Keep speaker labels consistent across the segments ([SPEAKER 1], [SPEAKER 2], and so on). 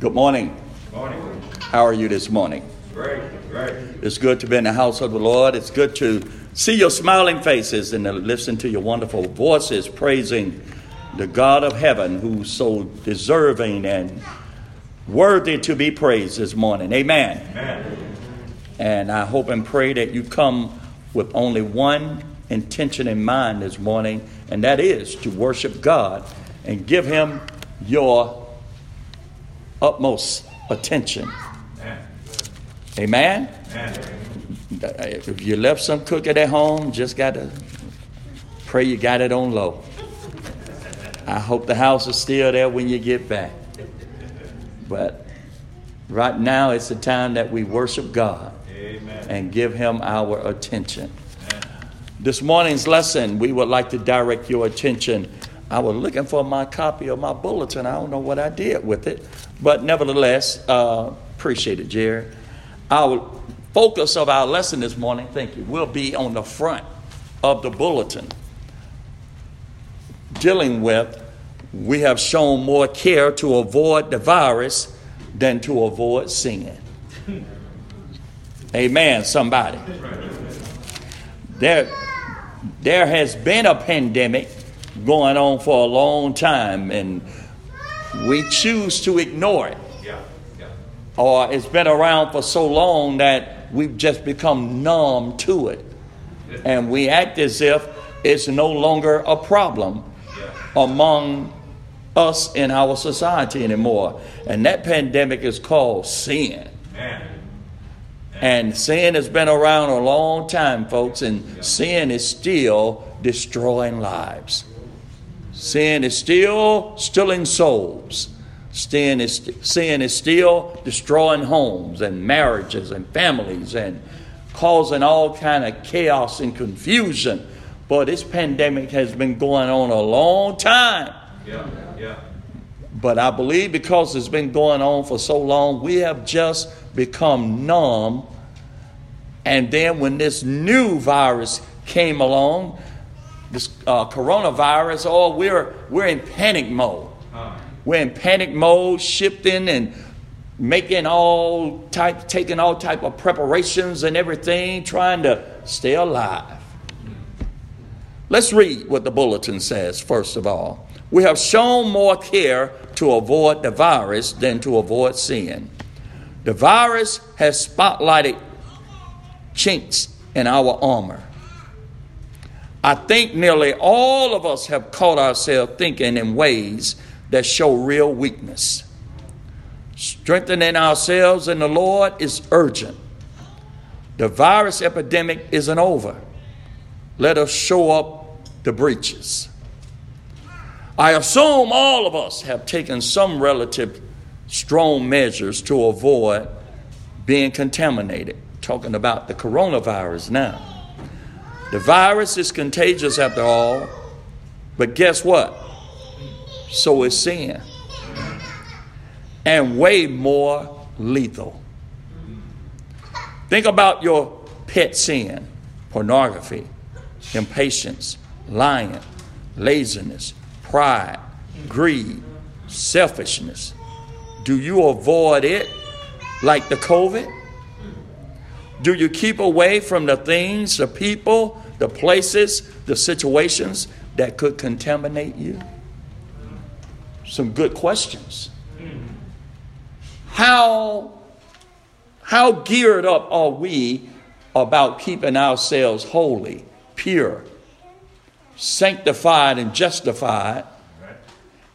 [SPEAKER 1] Good morning.
[SPEAKER 2] Morning.
[SPEAKER 1] How are you this morning?
[SPEAKER 2] Great, great.
[SPEAKER 1] It's good to be in the house of the Lord. It's good to see your smiling faces and to listen to your wonderful voices praising the God of heaven who's so deserving and worthy to be praised this morning. Amen.
[SPEAKER 2] Amen.
[SPEAKER 1] And I hope and pray that you come with only one intention in mind this morning, and that is to worship God and give Him your utmost attention.
[SPEAKER 2] Amen.
[SPEAKER 1] Amen.
[SPEAKER 2] Amen.
[SPEAKER 1] uh, If you left some cooking at home, just got to pray you got it on low. I hope the house is still there when you get back. But right now, it's the time that we worship God
[SPEAKER 2] Amen.
[SPEAKER 1] and give Him our attention. This morning's lesson, we would like to direct your attention. I was looking for my copy of my bulletin. I don't know what I did with it, but nevertheless, uh, appreciate it, Jerry. Our focus of our lesson this morning, thank you, will be on the front of the bulletin dealing with, we have shown more care to avoid the virus than to avoid sin. Amen, somebody. There, there has been a pandemic going on for a long time, and we choose to ignore it
[SPEAKER 2] Yeah, yeah.
[SPEAKER 1] or it's been around for so long that we've just become numb to it. And we act as if it's no longer a problem among us in our society anymore. And that pandemic is called sin.
[SPEAKER 2] Amen.
[SPEAKER 1] And sin has been around a long time, folks, and sin is still destroying lives. Sin is still stealing souls. Sin is, sin is still destroying homes and marriages and families and causing all kind of chaos and confusion. But this pandemic has been going on a long time.
[SPEAKER 2] Yeah, yeah.
[SPEAKER 1] But I believe because it's been going on for so long, we have just become numb. And then when this new virus came along, this uh, coronavirus, oh, we're, we're in panic mode.
[SPEAKER 2] Huh.
[SPEAKER 1] We're in panic mode, shifting and making all type, taking all type of preparations and everything, trying to stay alive. Let's read what the bulletin says, first of all. We have shown more care to avoid the virus than to avoid sin. The virus has spotlighted chinks in our armor. I think nearly all of us have caught ourselves thinking in ways that show real weakness. Strengthening ourselves in the Lord is urgent. The virus epidemic isn't over let us show up the breaches. I assume all of us have taken some relative strong measures to avoid being contaminated. Talking about the coronavirus now. The virus is contagious after all, but guess what? So is sin. And way more lethal. Think about your pet sin pornography, impatience, lying, laziness, pride, greed, selfishness. Do you avoid it like the COVID? Do you keep away from the things, the people, the places, the situations that could contaminate you? Some good questions. How how geared up are we about keeping ourselves holy, pure, sanctified, and justified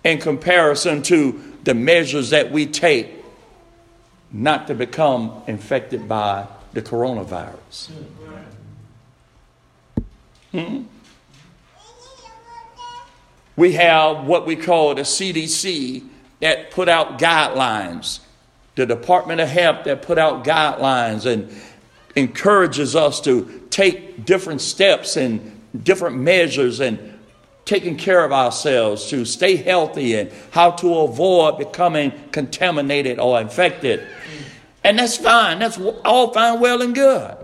[SPEAKER 1] in comparison to the measures that we take not to become infected by the coronavirus? Hmm? We have what we call the CDC that put out guidelines, the Department of Health that put out guidelines, and encourages us to take different steps and different measures and taking care of ourselves to stay healthy and how to avoid becoming contaminated or infected. And that's fine. That's all fine, well, and good.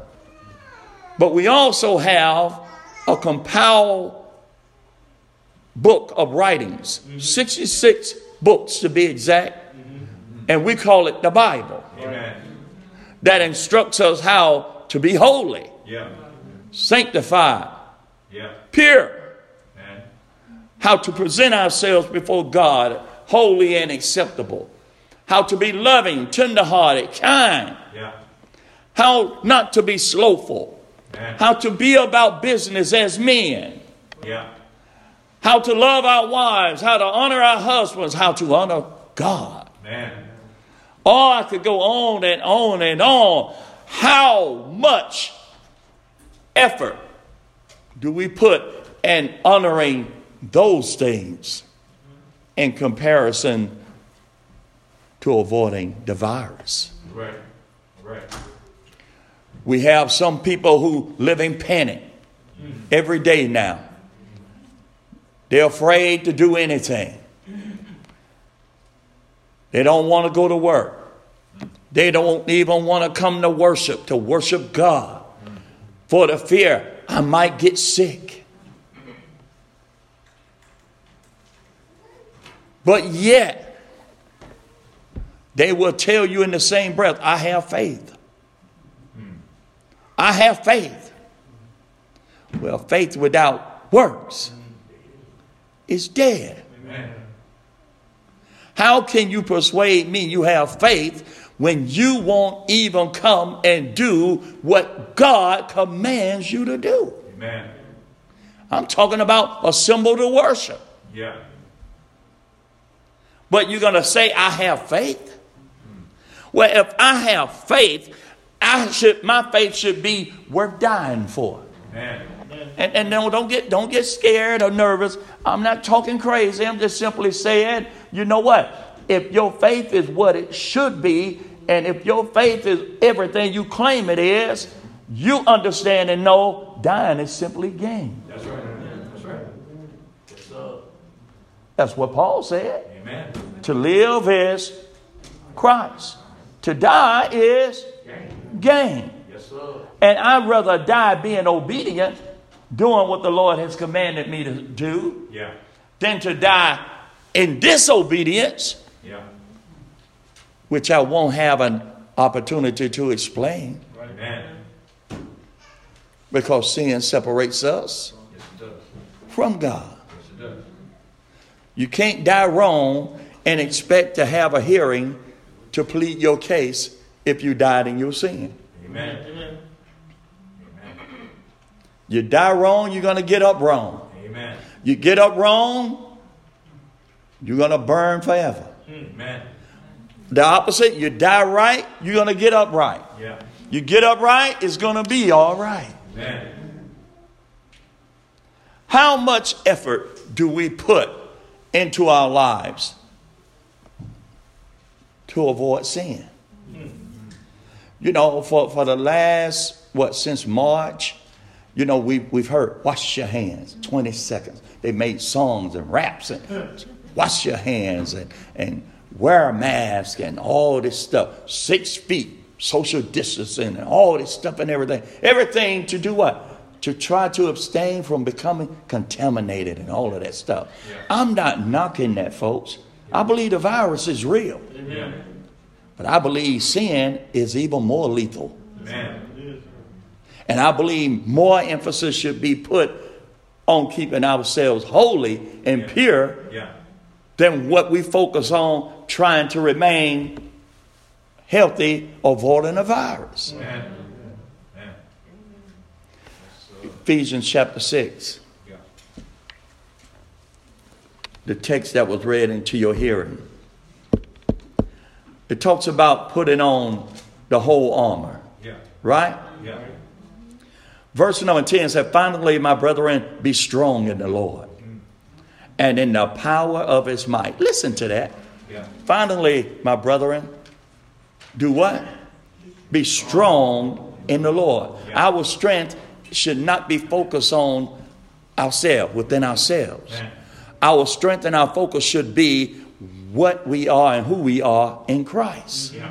[SPEAKER 1] But we also have a compiled book of writings, 66 books to be exact, and we call it the Bible
[SPEAKER 2] Amen.
[SPEAKER 1] that instructs us how to be holy,
[SPEAKER 2] Yeah.
[SPEAKER 1] sanctified,
[SPEAKER 2] Yeah.
[SPEAKER 1] pure,
[SPEAKER 2] Amen.
[SPEAKER 1] how to present ourselves before God holy and acceptable, how to be loving, tenderhearted, kind,
[SPEAKER 2] Yeah.
[SPEAKER 1] how not to be slothful,
[SPEAKER 2] Amen.
[SPEAKER 1] how to be about business as men,
[SPEAKER 2] Yeah.
[SPEAKER 1] how to love our wives, how to honor our husbands, how to honor God.
[SPEAKER 2] Amen.
[SPEAKER 1] Oh, I could go on and on and on. How much effort do we put in honoring those things in comparison to avoiding the virus?
[SPEAKER 2] Right. Right.
[SPEAKER 1] We have some people who live in panic every day now. They're afraid to do anything. They don't want to go to work. They don't even want to come to worship, to worship God for the fear I might get sick. But yet, they will tell you in the same breath, I have faith. I have faith. Well, faith without works is dead.
[SPEAKER 2] Amen.
[SPEAKER 1] How can you persuade me you have faith when you won't even come and do what God commands you to do?
[SPEAKER 2] Amen.
[SPEAKER 1] I'm talking about assemble to worship.
[SPEAKER 2] Yeah.
[SPEAKER 1] But you're going to say, I have faith? Well, if I have faith, I should, my faith should be worth dying for.
[SPEAKER 2] Amen.
[SPEAKER 1] And, and no, don't get don't get scared or nervous. I'm not talking crazy. I'm just simply saying, you know what? If your faith is what it should be, and if your faith is everything you claim it is, you understand and know dying is simply gain.
[SPEAKER 2] That's right. That's right.
[SPEAKER 1] That's what Paul said.
[SPEAKER 2] Amen.
[SPEAKER 1] To live is Christ. To die is gain.
[SPEAKER 2] Yes, sir.
[SPEAKER 1] And I'd rather die being obedient, doing what the Lord has commanded me to do,
[SPEAKER 2] Yeah.
[SPEAKER 1] than to die in disobedience,
[SPEAKER 2] Yeah.
[SPEAKER 1] which I won't have an opportunity to explain
[SPEAKER 2] Amen.
[SPEAKER 1] because sin separates us
[SPEAKER 2] Yes, it does.
[SPEAKER 1] from God.
[SPEAKER 2] Yes, it does.
[SPEAKER 1] You can't die wrong and expect to have a hearing to plead your case if you died in your sin.
[SPEAKER 2] Amen.
[SPEAKER 1] You die wrong, you're going to get up wrong.
[SPEAKER 2] Amen.
[SPEAKER 1] You get up wrong, you're going to burn forever.
[SPEAKER 2] Amen.
[SPEAKER 1] The opposite, you die right, you're going to get up right.
[SPEAKER 2] Yeah.
[SPEAKER 1] You get up right, it's going to be all right.
[SPEAKER 2] Amen.
[SPEAKER 1] How much effort do we put into our lives to avoid sin? You know, for, for the last, what, since March, you know, we, we've heard wash your hands, 20 seconds. They made songs and raps and wash your hands and, and wear a mask and all this stuff. Six feet, social distancing and all this stuff and everything. Everything to do what? To try to abstain from becoming contaminated and all of that stuff. I'm not knocking that, folks. I believe the virus is real.
[SPEAKER 2] Yeah.
[SPEAKER 1] But I believe sin is even more lethal.
[SPEAKER 2] Amen.
[SPEAKER 1] And I believe more emphasis should be put on keeping ourselves holy and pure
[SPEAKER 2] Yeah.
[SPEAKER 1] than what we focus on trying to remain healthy, avoiding a virus.
[SPEAKER 2] Amen. Amen.
[SPEAKER 1] Ephesians chapter 6,
[SPEAKER 2] Yeah.
[SPEAKER 1] the text that was read into your hearing. It talks about putting on the whole armor,
[SPEAKER 2] Yeah.
[SPEAKER 1] right?
[SPEAKER 2] Yeah.
[SPEAKER 1] Verse number 10 said, Finally, my brethren, be strong in the Lord and in the power of his might. Listen to that.
[SPEAKER 2] Yeah.
[SPEAKER 1] Finally, my brethren, do what? Be strong in the Lord. Our strength should not be focused on ourselves, within ourselves.
[SPEAKER 2] Amen.
[SPEAKER 1] Our strength and our focus should be what we are and who we are in Christ.
[SPEAKER 2] Yeah.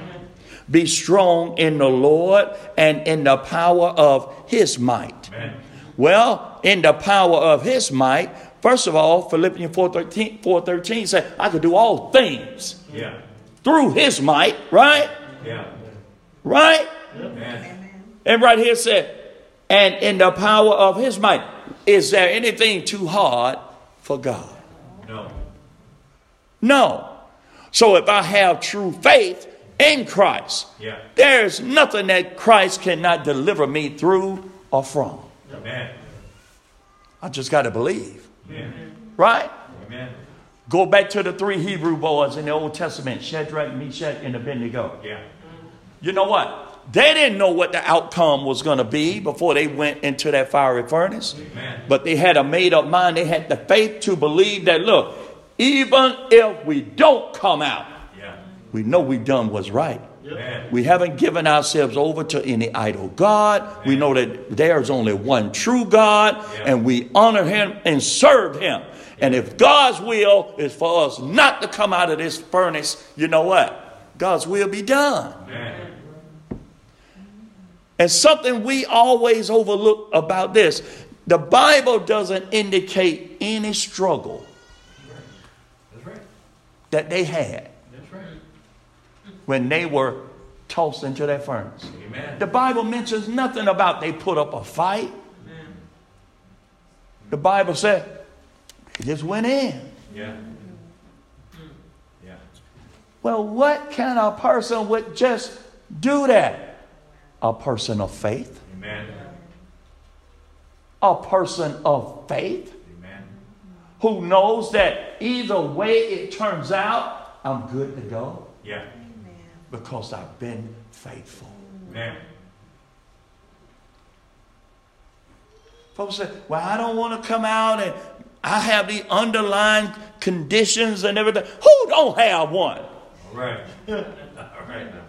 [SPEAKER 1] Be strong in the Lord and in the power of his might.
[SPEAKER 2] Amen.
[SPEAKER 1] Well, in the power of his might, first of all, Philippians 4.13 4.13 said, I could do all things
[SPEAKER 2] Yeah.
[SPEAKER 1] through his might, right?
[SPEAKER 2] Yeah.
[SPEAKER 1] Right?
[SPEAKER 2] Amen.
[SPEAKER 1] And right here it said, and in the power of his might. Is there anything too hard for God?
[SPEAKER 2] No.
[SPEAKER 1] No. So if I have true faith in Christ,
[SPEAKER 2] Yeah.
[SPEAKER 1] there's nothing that Christ cannot deliver me through or from.
[SPEAKER 2] Amen.
[SPEAKER 1] I just got to believe,
[SPEAKER 2] Amen.
[SPEAKER 1] right?
[SPEAKER 2] Amen.
[SPEAKER 1] Go back to the three Hebrew boys in the Old Testament Shadrach, Meshach, and Abednego.
[SPEAKER 2] Yeah.
[SPEAKER 1] You know what? They didn't know what the outcome was going to be before they went into that fiery furnace.
[SPEAKER 2] Amen.
[SPEAKER 1] But they had a made up mind. They had the faith to believe that, look, even if we don't come out,
[SPEAKER 2] Yeah.
[SPEAKER 1] we know we done what's right.
[SPEAKER 2] Amen.
[SPEAKER 1] We haven't given ourselves over to any idol God. We know that there is only one true God,
[SPEAKER 2] Yeah.
[SPEAKER 1] and we honor Him and serve Him. And if God's will is for us not to come out of this furnace, you know what? God's will be done.
[SPEAKER 2] Amen.
[SPEAKER 1] And something we always overlook about this the Bible doesn't indicate any struggle
[SPEAKER 2] That's right.
[SPEAKER 1] that they had
[SPEAKER 2] That's right.
[SPEAKER 1] when they were tossed into that furnace.
[SPEAKER 2] Amen.
[SPEAKER 1] The Bible mentions nothing about they put up a fight. The Bible said they just went in.
[SPEAKER 2] Yeah. Yeah.
[SPEAKER 1] Well, what kind of person would just do that? A person of faith.
[SPEAKER 2] Amen.
[SPEAKER 1] A person of faith
[SPEAKER 2] Amen.
[SPEAKER 1] who knows that either way it turns out, I'm good to go
[SPEAKER 2] Yeah.
[SPEAKER 1] because I've been faithful.
[SPEAKER 2] Amen.
[SPEAKER 1] Folks say, well, I don't want to come out and I have the underlying conditions and everything. Who don't have one?
[SPEAKER 2] All right. All right now.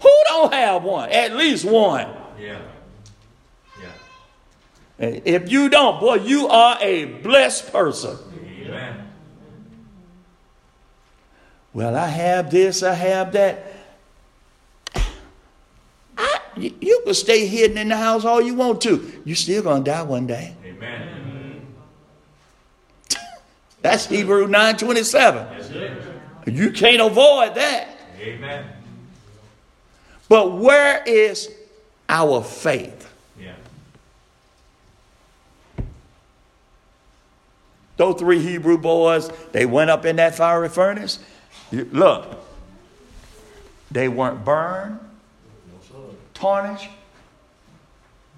[SPEAKER 1] Who don't have one? At least one.
[SPEAKER 2] Yeah. Yeah.
[SPEAKER 1] And If you don't, boy, you are a blessed person.
[SPEAKER 2] Amen.
[SPEAKER 1] Well, I have this, I have that. I, you you can stay hidden in the house all you want to. you still going to die one day.
[SPEAKER 2] Amen.
[SPEAKER 1] That's Hebrew 9.27.
[SPEAKER 2] That's it.
[SPEAKER 1] You can't avoid that.
[SPEAKER 2] Amen.
[SPEAKER 1] But where is our faith?
[SPEAKER 2] Yeah.
[SPEAKER 1] Those three Hebrew boys, they went up in that fiery furnace. You- look, they weren't burned, tarnished,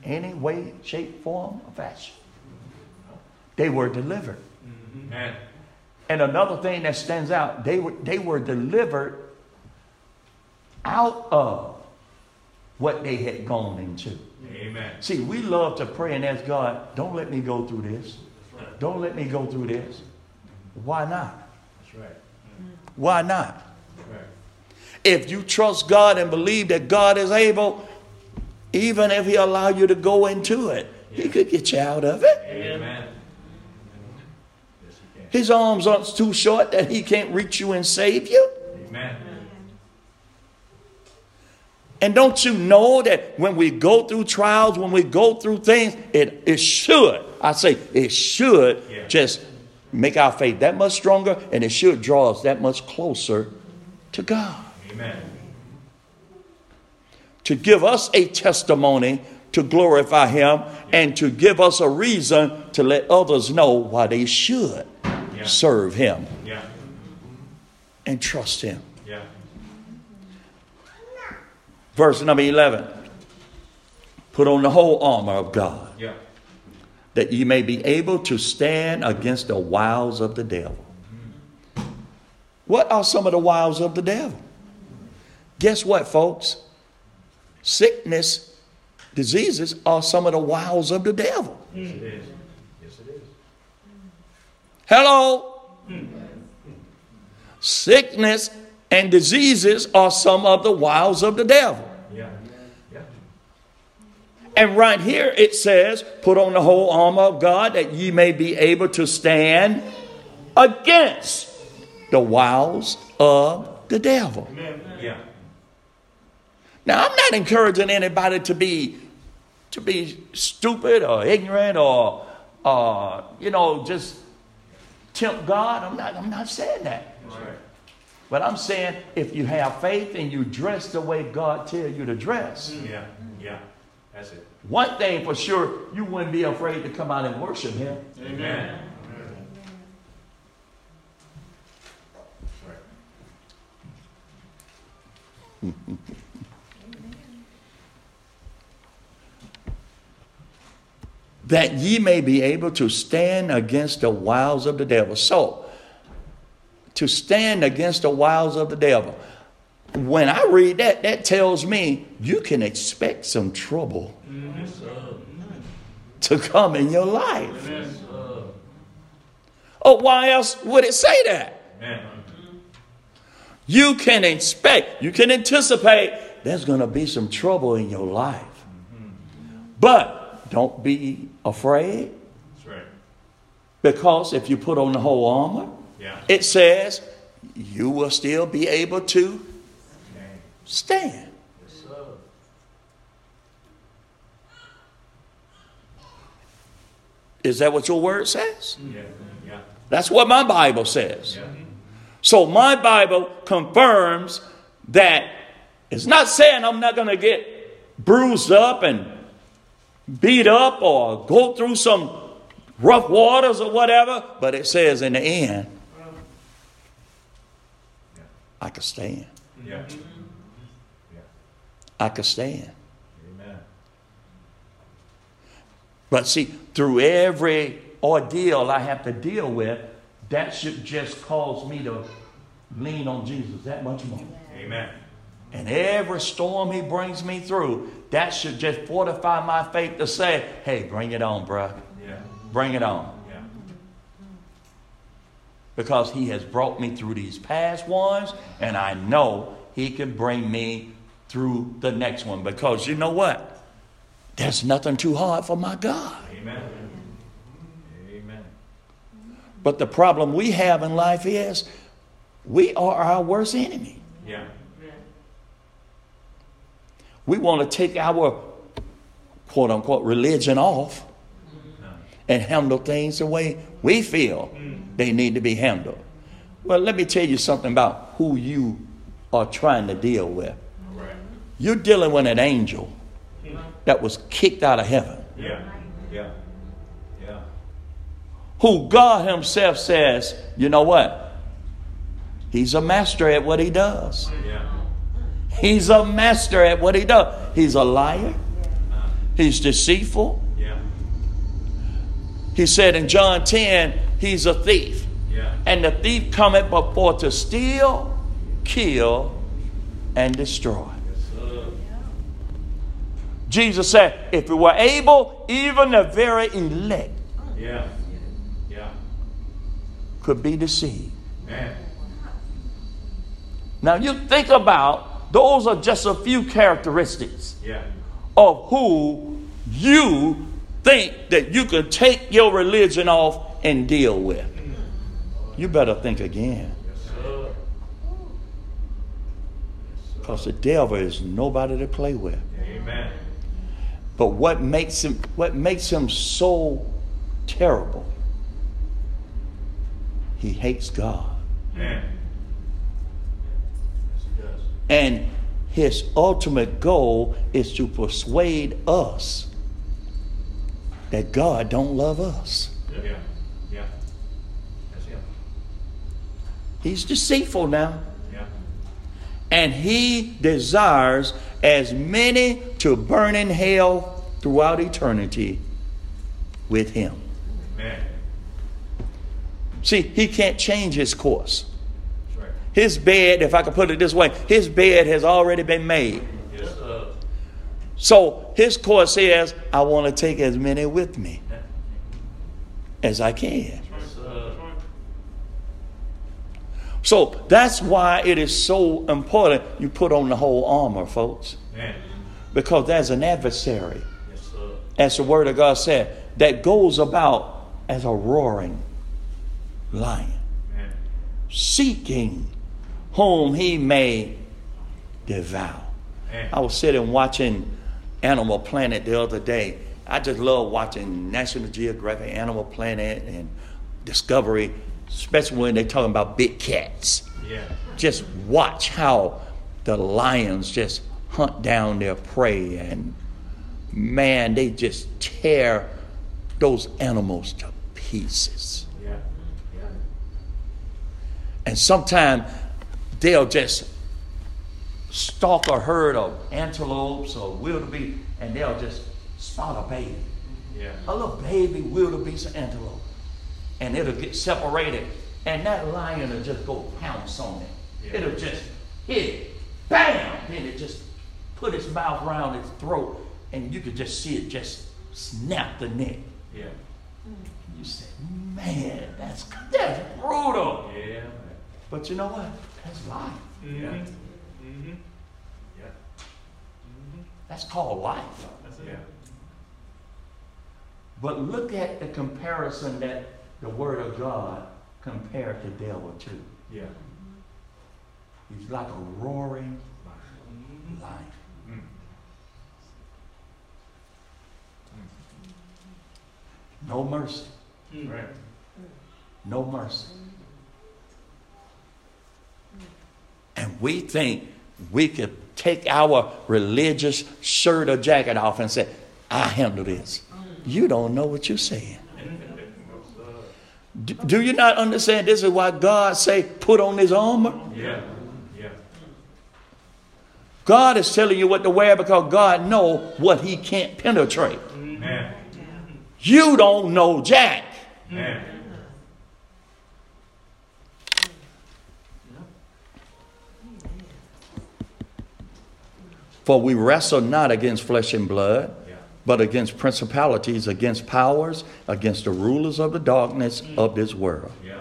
[SPEAKER 1] any way, shape, form, or fashion. They were delivered.
[SPEAKER 2] Amen.
[SPEAKER 1] And another thing that stands out, they were, they were delivered out of what they had gone into.
[SPEAKER 2] Amen.
[SPEAKER 1] See, we love to pray and ask God, don't let me go through this. Don't let me go through this. Why not?
[SPEAKER 2] That's right.
[SPEAKER 1] Why not?
[SPEAKER 2] That's right.
[SPEAKER 1] If you trust God and believe that God is able, even if He allow you to go into it, He could get you out of it.
[SPEAKER 2] Amen. Yes, you can.
[SPEAKER 1] His arms aren't too short that He can't reach you and save you.
[SPEAKER 2] Amen.
[SPEAKER 1] And don't you know that when we go through trials, when we go through things, it, it should, I say, it should
[SPEAKER 2] Yeah.
[SPEAKER 1] just make our faith that much stronger and it should draw us that much closer to God.
[SPEAKER 2] Amen.
[SPEAKER 1] To give us a testimony to glorify Him and to give us a reason to let others know why they should
[SPEAKER 2] Yeah.
[SPEAKER 1] serve Him
[SPEAKER 2] Yeah.
[SPEAKER 1] and trust Him.
[SPEAKER 2] Yeah.
[SPEAKER 1] Verse number 11 Put on the whole armor of God.
[SPEAKER 2] Yeah.
[SPEAKER 1] that ye may be able to stand against the wiles of the devil. What are some of the wiles of the devil? Guess what, folks? Sickness, diseases are some of the wiles of the devil.
[SPEAKER 2] Yes, it is. Yes, it is.
[SPEAKER 1] Hello? Sickness and diseases are some of the wiles of the devil.
[SPEAKER 2] Yeah. Yeah.
[SPEAKER 1] And right here it says, Put on the whole armor of God that ye may be able to stand against the wiles of the devil.
[SPEAKER 2] Yeah.
[SPEAKER 1] Now, I'm not encouraging anybody to be to be stupid or ignorant or uh, you know just tempt God. I'm not. I'm not saying that.
[SPEAKER 2] That's right.
[SPEAKER 1] But I'm saying if you have faith and you dress the way God tell you to dress,
[SPEAKER 2] Yeah, yeah, that's it.
[SPEAKER 1] one thing for sure, you wouldn't be afraid to come out and worship Him.
[SPEAKER 2] Amen. Right.
[SPEAKER 1] that ye may be able to stand against the wiles of the devil. So, to stand against the wiles of the devil. When I read that, that tells me you can expect some trouble to come in your life. Oh, why else would it say that?
[SPEAKER 2] Amen.
[SPEAKER 1] You can expect, you can anticipate there's going to be some trouble in your life. But don't be afraid.
[SPEAKER 2] That's right.
[SPEAKER 1] Because if you put on the whole armor,
[SPEAKER 2] Yeah.
[SPEAKER 1] it says you will still be able to
[SPEAKER 2] Amen.
[SPEAKER 1] stand.
[SPEAKER 2] Yes, sir.
[SPEAKER 1] Is that what your word says?
[SPEAKER 2] Yeah, yeah,
[SPEAKER 1] That's what my Bible says.
[SPEAKER 2] yeah.
[SPEAKER 1] So my Bible confirms that it's not saying I'm not going to get bruised up and beat up or go through some rough waters or whatever, but it says in the end, I can stand.
[SPEAKER 2] Yeah.
[SPEAKER 1] I can stand.
[SPEAKER 2] Amen.
[SPEAKER 1] But see, through every ordeal I have to deal with, that should just cause me to lean on Jesus that much more.
[SPEAKER 2] Amen.
[SPEAKER 1] And every storm he brings me through, that should just fortify my faith to say, hey, bring it on, bruh.
[SPEAKER 2] Yeah,
[SPEAKER 1] Bring it on.
[SPEAKER 2] yeah.
[SPEAKER 1] Because he has brought me through these past ones, and I know he can bring me through the next one. Because you know what? There's nothing too hard for my God.
[SPEAKER 2] Amen. Amen.
[SPEAKER 1] But the problem we have in life is we are our worst enemy.
[SPEAKER 2] Yeah.
[SPEAKER 1] We want to take our quote unquote religion off and handle things the way we feel they need to be handled. Well, let me tell you something about who you are trying to deal with.
[SPEAKER 2] All right.
[SPEAKER 1] You're dealing with an angel that was kicked out of heaven,
[SPEAKER 2] Yeah, yeah, yeah.
[SPEAKER 1] who God Himself says, you know what? He's a master at what He does.
[SPEAKER 2] Yeah.
[SPEAKER 1] He's a master at what he does. He's a liar. He's deceitful.
[SPEAKER 2] Yeah.
[SPEAKER 1] He said in John 10, he's a thief.
[SPEAKER 2] Yeah.
[SPEAKER 1] And the thief cometh but for to steal, kill, and destroy. Jesus said, if we were able, even the very elect
[SPEAKER 2] Yeah. Yeah.
[SPEAKER 1] could be deceived.
[SPEAKER 2] Man.
[SPEAKER 1] Now you think about those are just a few characteristics
[SPEAKER 2] Yeah.
[SPEAKER 1] of who you think that you can take your religion off and deal with. You better think again.
[SPEAKER 2] Yes, sir.
[SPEAKER 1] Because the devil is nobody to play with.
[SPEAKER 2] Amen.
[SPEAKER 1] But what makes him what makes him so terrible? He hates God.
[SPEAKER 2] Man. Yes, he does.
[SPEAKER 1] And his ultimate goal is to persuade us that God don't love us.
[SPEAKER 2] Yeah. Yeah. That's him.
[SPEAKER 1] He's deceitful now.
[SPEAKER 2] Yeah.
[SPEAKER 1] And he desires as many to burn in hell throughout eternity with him.
[SPEAKER 2] Man.
[SPEAKER 1] See, he can't change his course.
[SPEAKER 2] That's right.
[SPEAKER 1] His bed, if I could put it this way, his bed has already been made.
[SPEAKER 2] Yes, sir.
[SPEAKER 1] So his course says, I want to take as many with me as I
[SPEAKER 2] Yes,
[SPEAKER 1] can.
[SPEAKER 2] sir.
[SPEAKER 1] So that's why it is so important you put on the whole armor, folks,
[SPEAKER 2] Man.
[SPEAKER 1] because there's an adversary.
[SPEAKER 2] Yes, sir.
[SPEAKER 1] as the word of God said, that goes about as a roaring lion,
[SPEAKER 2] Man.
[SPEAKER 1] seeking whom he may devour.
[SPEAKER 2] Man.
[SPEAKER 1] I was sitting watching Animal Planet the other day. I just love watching National Geographic, Animal Planet, and Discovery, especially when they're talking about big cats.
[SPEAKER 2] Yeah.
[SPEAKER 1] Just watch how the lions just hunt down their prey and man, they just tear those animals to pieces.
[SPEAKER 2] Yeah. Yeah.
[SPEAKER 1] And sometimes they'll just stalk a herd of antelopes or wildebeest and they'll just spot a baby.
[SPEAKER 2] Yeah.
[SPEAKER 1] A little baby wildebeest or antelope. And it'll get separated. And that lion will just go pounce on it.
[SPEAKER 2] Yeah.
[SPEAKER 1] It'll just hit it. Bam! Then it just put its mouth around its throat and you could just see it just snap the neck.
[SPEAKER 2] Yeah.
[SPEAKER 1] You said, man, that's, that's brutal.
[SPEAKER 2] Yeah.
[SPEAKER 1] But you know what? That's life.
[SPEAKER 2] Yeah. Mhm. Yeah.
[SPEAKER 1] That's called life.
[SPEAKER 2] That's it. Yeah.
[SPEAKER 1] But look at the comparison that the Word of God compared the devil to.
[SPEAKER 2] Yeah.
[SPEAKER 1] He's like a roaring lion.
[SPEAKER 2] Mm.
[SPEAKER 1] No mercy.
[SPEAKER 2] Right.
[SPEAKER 1] No mercy. And we think we could take our religious shirt or jacket off and say, I handle this. You don't know what you're saying.
[SPEAKER 2] What's up?
[SPEAKER 1] Do, do you not understand? This is why God say, put on his armor.
[SPEAKER 2] Yeah. Yeah.
[SPEAKER 1] God is telling you what to wear because God know what he can't penetrate.
[SPEAKER 2] Man.
[SPEAKER 1] You don't know Jack.
[SPEAKER 2] Mm-hmm. Man.
[SPEAKER 1] For we wrestle not against flesh and blood,
[SPEAKER 2] Yeah.
[SPEAKER 1] but against principalities, against powers, against the rulers of the darkness of this world.
[SPEAKER 2] Mm. Yeah.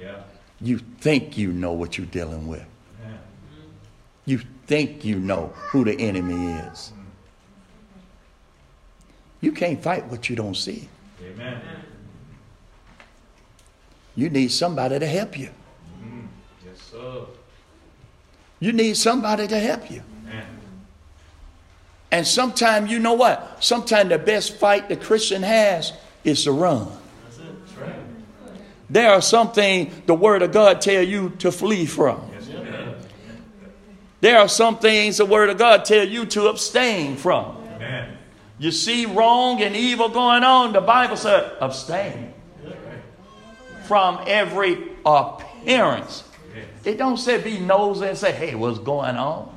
[SPEAKER 2] Yeah.
[SPEAKER 1] You think you know what you're dealing with.
[SPEAKER 2] Yeah.
[SPEAKER 1] You think you know who the enemy
[SPEAKER 2] Mm.
[SPEAKER 1] is. You can't fight what you don't see.
[SPEAKER 2] Amen.
[SPEAKER 1] You need somebody to help you.
[SPEAKER 2] Yes, sir.
[SPEAKER 1] You need somebody to help you.
[SPEAKER 2] Man.
[SPEAKER 1] And sometimes, you know what? Sometimes the best fight the Christian has is to run.
[SPEAKER 2] That's it. That's right.
[SPEAKER 1] There are some things the Word of God tell you to flee from.
[SPEAKER 2] Yes, it does.
[SPEAKER 1] There are some things the Word of God tell you to abstain from.
[SPEAKER 2] Amen.
[SPEAKER 1] You see wrong and evil going on, the Bible said, abstain from every appearance. It don't say be nosy and say, hey, what's going on?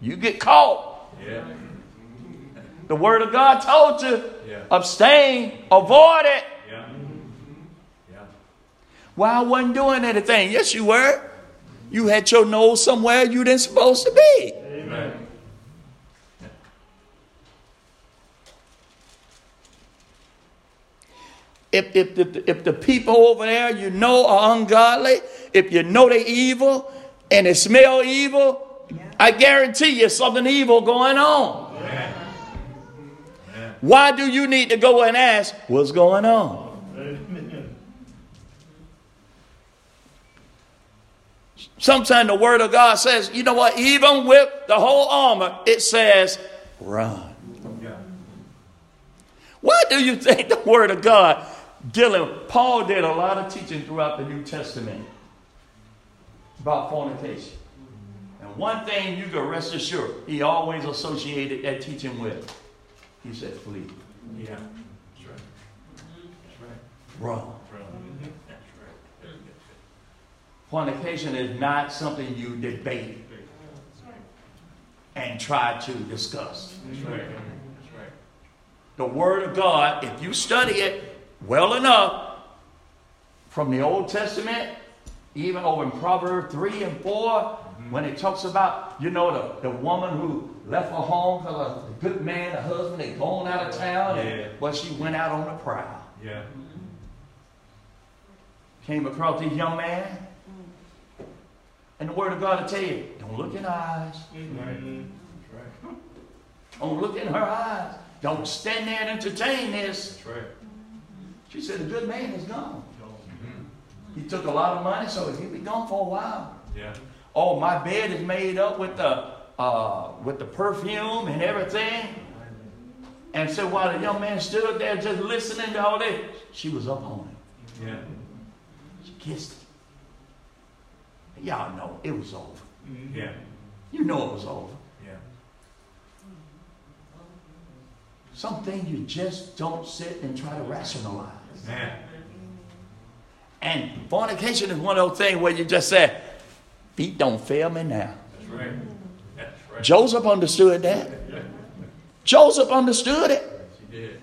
[SPEAKER 1] You get caught.
[SPEAKER 2] Yeah.
[SPEAKER 1] The Word of God told you,
[SPEAKER 2] Yeah.
[SPEAKER 1] abstain, avoid it.
[SPEAKER 2] Yeah. Yeah.
[SPEAKER 1] Well, I wasn't doing anything. Yes, you were. You had your nose somewhere you didn't supposed to be.
[SPEAKER 2] Amen.
[SPEAKER 1] If, if, if, if the people over there you know are ungodly, if you know they're evil and they smell evil, I guarantee you something evil going on. Why do you need to go and ask what's going on? Sometimes the word of God says, you know what, even with the whole armor, it says, run.
[SPEAKER 2] Yeah.
[SPEAKER 1] Why do you think the Word of God dealing? Paul did a lot of teaching throughout the New Testament about fornication. And one thing you can rest assured, he always associated that teaching with. He said, flee,
[SPEAKER 2] Yeah. That's right. That's right.
[SPEAKER 1] run.
[SPEAKER 2] That's right. That's
[SPEAKER 1] Fornication is not something you debate and try to discuss.
[SPEAKER 2] right. That's right.
[SPEAKER 1] The Word of God, if you study it well enough, from the Old Testament, even over in Proverbs 3 and 4, when it talks about, you know, the, the woman who left her home because a good man, her husband, had gone out of town,
[SPEAKER 2] Yeah.
[SPEAKER 1] and, well, she went out on the prowl.
[SPEAKER 2] Yeah.
[SPEAKER 1] Came across this young man, and the Word of God will tell you, don't look in her eyes,
[SPEAKER 2] Right. That's right.
[SPEAKER 1] don't look in her eyes, don't stand there and entertain this.
[SPEAKER 2] That's right.
[SPEAKER 1] She said, the good man is gone.
[SPEAKER 2] Mm-hmm.
[SPEAKER 1] He took a lot of money, so he'd be gone for a while.
[SPEAKER 2] Yeah.
[SPEAKER 1] Oh, my bed is made up with the uh, with the perfume and everything. And so while the young man stood there just listening to all this, she was up on him.
[SPEAKER 2] Yeah.
[SPEAKER 1] She kissed him. y'all know it was over.
[SPEAKER 2] Yeah.
[SPEAKER 1] You know it was over.
[SPEAKER 2] Yeah.
[SPEAKER 1] Something you just don't sit and try to rationalize.
[SPEAKER 2] Man.
[SPEAKER 1] And fornication is one of those things where you just say, feet don't fail me now.
[SPEAKER 2] That's right. That's right.
[SPEAKER 1] Joseph understood that. Joseph understood it.
[SPEAKER 2] She did.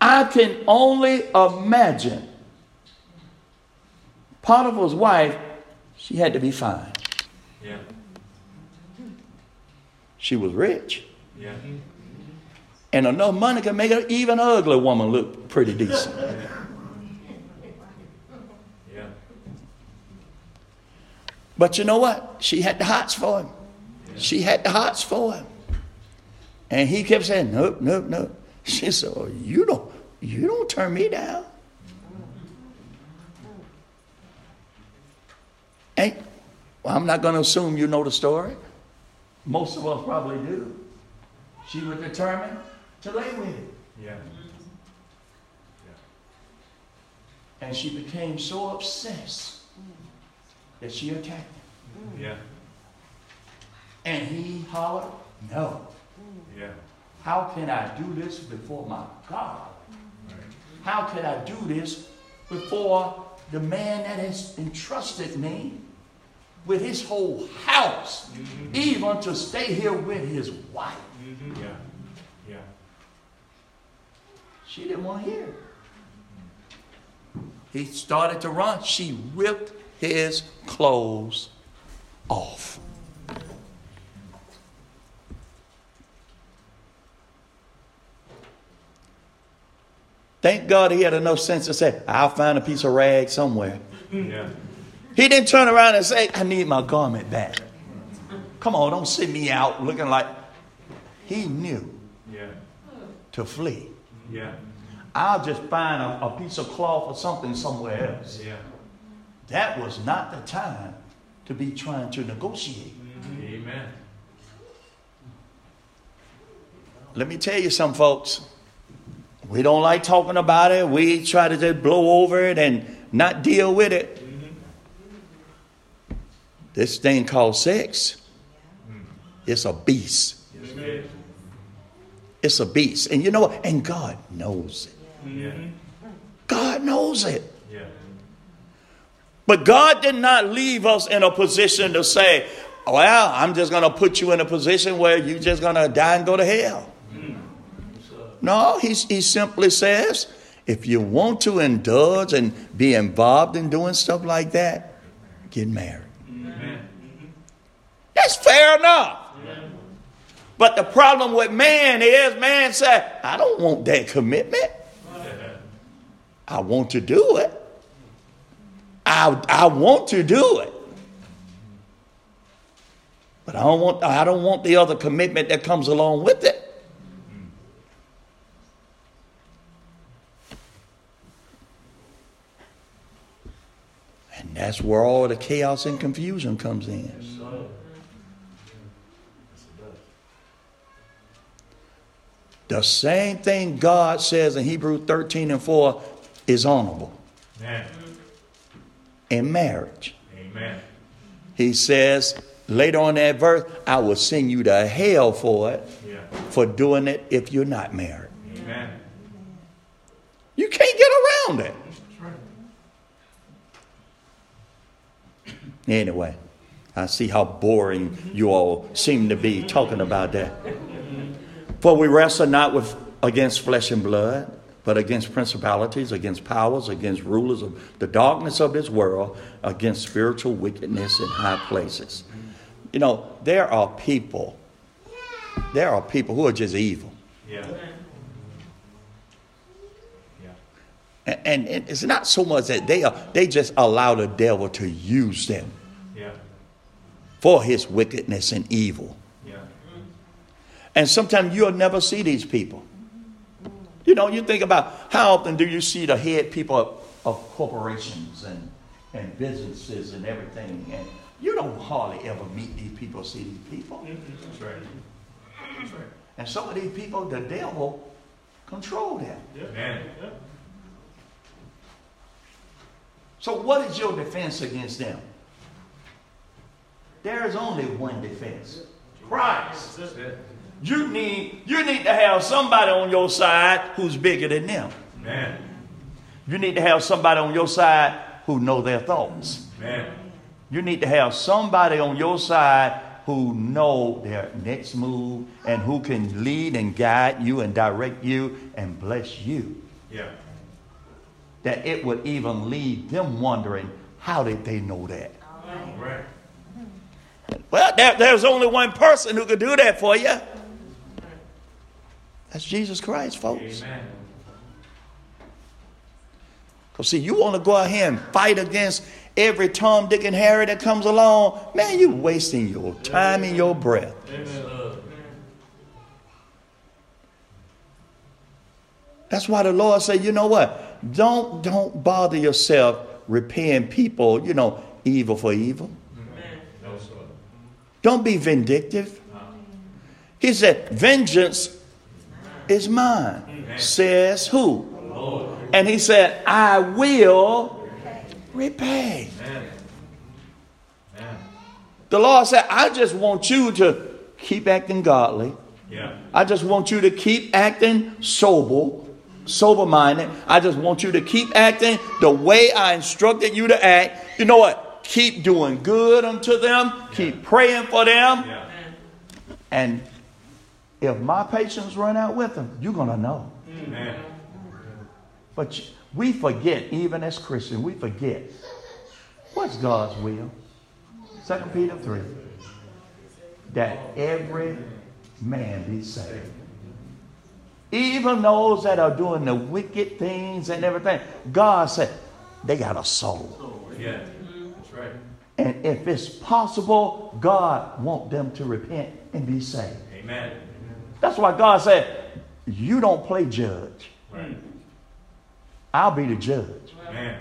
[SPEAKER 1] I can only imagine Potiphar's wife, she had to be fine.
[SPEAKER 2] Yeah.
[SPEAKER 1] She was rich.
[SPEAKER 2] Yeah.
[SPEAKER 1] And enough money can make an even ugly woman look pretty decent.
[SPEAKER 2] Yeah.
[SPEAKER 1] But you know what? She had the hots for him. She had the hots for him. And he kept saying, Nope, nope, nope. She said, oh, you don't you don't turn me down. And well, I'm not gonna assume you know the story. Most of us probably do. She was determined to lay with him.
[SPEAKER 2] Yeah.
[SPEAKER 1] And she became so obsessed that she attacked him.
[SPEAKER 2] Yeah.
[SPEAKER 1] And he hollered, No.
[SPEAKER 2] Yeah.
[SPEAKER 1] How can I do this before my God?
[SPEAKER 2] Right.
[SPEAKER 1] How can I do this before the man that has entrusted me with his whole house, even to stay here with his wife?
[SPEAKER 2] Yeah. Yeah.
[SPEAKER 1] She didn't want to hear it. He started to run. She ripped his clothes off. Thank God he had enough sense to say, I'll find a piece of rag somewhere.
[SPEAKER 2] Yeah.
[SPEAKER 1] He didn't turn around and say, I need my garment back. Come on, don't send me out looking like. He knew
[SPEAKER 2] Yeah.
[SPEAKER 1] to flee.
[SPEAKER 2] Yeah.
[SPEAKER 1] I'll just find a, a piece of cloth or something somewhere else.
[SPEAKER 2] Yeah.
[SPEAKER 1] That was not the time to be trying to negotiate.
[SPEAKER 2] Amen.
[SPEAKER 1] Let me tell you some folks. We don't like talking about it. We try to just blow over it and not deal with it. This thing called sex, it's a beast.
[SPEAKER 2] Yes, it is.
[SPEAKER 1] It's a beast. And you know what? And God knows it.
[SPEAKER 2] Yeah.
[SPEAKER 1] God knows it.
[SPEAKER 2] Yeah.
[SPEAKER 1] But God did not leave us in a position to say, well, I'm just going to put you in a position where you're just going to die and go to hell. No, he, he simply says, if you want to indulge and be involved in doing stuff like that, get married.
[SPEAKER 2] Amen.
[SPEAKER 1] That's fair enough. But the problem with man is man said, I don't want that commitment. I want to do it. I, I want to do it. But I don't want I don't want the other commitment that comes along with it. And that's where all the chaos and confusion comes in.
[SPEAKER 2] So.
[SPEAKER 1] The same thing God says in Hebrew 13 and 4 is honorable
[SPEAKER 2] Man.
[SPEAKER 1] in marriage.
[SPEAKER 2] Amen.
[SPEAKER 1] He says later on that verse, I will send you to hell for it,
[SPEAKER 2] Yeah.
[SPEAKER 1] for doing it if you're not married.
[SPEAKER 2] Amen.
[SPEAKER 1] You can't get around it.
[SPEAKER 2] That's right.
[SPEAKER 1] Anyway, I see how boring you all seem to be talking about that. For we wrestle not with against flesh and blood, but against principalities, against powers, against rulers of the darkness of this world, against spiritual wickedness in high places. You know, there are people, there are people who are just evil.
[SPEAKER 2] Yeah. Yeah.
[SPEAKER 1] And, and, and it's not so much that they are, they just allow the devil to use them
[SPEAKER 2] Yeah.
[SPEAKER 1] for his wickedness and evil.
[SPEAKER 2] Yeah.
[SPEAKER 1] And sometimes you'll never see these people. You know, you think about how often do you see the head people of, of corporations and, and businesses and everything, and you don't hardly ever meet these people, see these people.
[SPEAKER 2] That's right. That's right.
[SPEAKER 1] And some of these people, the devil control them.
[SPEAKER 2] Man.
[SPEAKER 1] So what is your defense against them? There is only one defense.
[SPEAKER 2] Christ. That's it.
[SPEAKER 1] You need, you need to have somebody on your side who's bigger than them.
[SPEAKER 2] Amen.
[SPEAKER 1] You need to have somebody on your side who know their thoughts.
[SPEAKER 2] Amen.
[SPEAKER 1] You need to have somebody on your side who know their next move and who can lead and guide you and direct you and bless you.
[SPEAKER 2] Yeah.
[SPEAKER 1] That it would even leave them wondering, how did they know that?
[SPEAKER 2] All right.
[SPEAKER 1] Well, there, there's only one person who could do that for you. That's Jesus Christ, folks.
[SPEAKER 2] Amen.
[SPEAKER 1] Because, see, you want to go out here and fight against every Tom, Dick, and Harry that comes along. Man, you're wasting your time and your breath.
[SPEAKER 2] Amen.
[SPEAKER 1] That's why the Lord said, you know what? Don't, don't bother yourself repaying people, you know, evil for evil.
[SPEAKER 2] No, sir.
[SPEAKER 1] Don't be vindictive. He said, Vengeance is mine, says who?
[SPEAKER 2] Lord.
[SPEAKER 1] And he said, I will repay.
[SPEAKER 2] Amen. Amen.
[SPEAKER 1] The Lord said, I just want you to keep acting godly.
[SPEAKER 2] Yeah.
[SPEAKER 1] I just want you to keep acting sober, sober minded. I just want you to keep acting the way I instructed you to act. You know what? Keep doing good unto them, keep praying for them.
[SPEAKER 2] Yeah.
[SPEAKER 1] And if my patience run out with them, you're going to know.
[SPEAKER 2] Amen.
[SPEAKER 1] But you- we forget, even as Christians, we forget what's God's will. Second Peter 3 that every man be saved. Even those that are doing the wicked things and everything, God said they got a soul.
[SPEAKER 2] Yeah. That's right.
[SPEAKER 1] And if it's possible, God want them to repent and be saved.
[SPEAKER 2] Amen.
[SPEAKER 1] That's why God said, You don't play judge.
[SPEAKER 2] Right.
[SPEAKER 1] I'll be the judge.
[SPEAKER 2] Amen.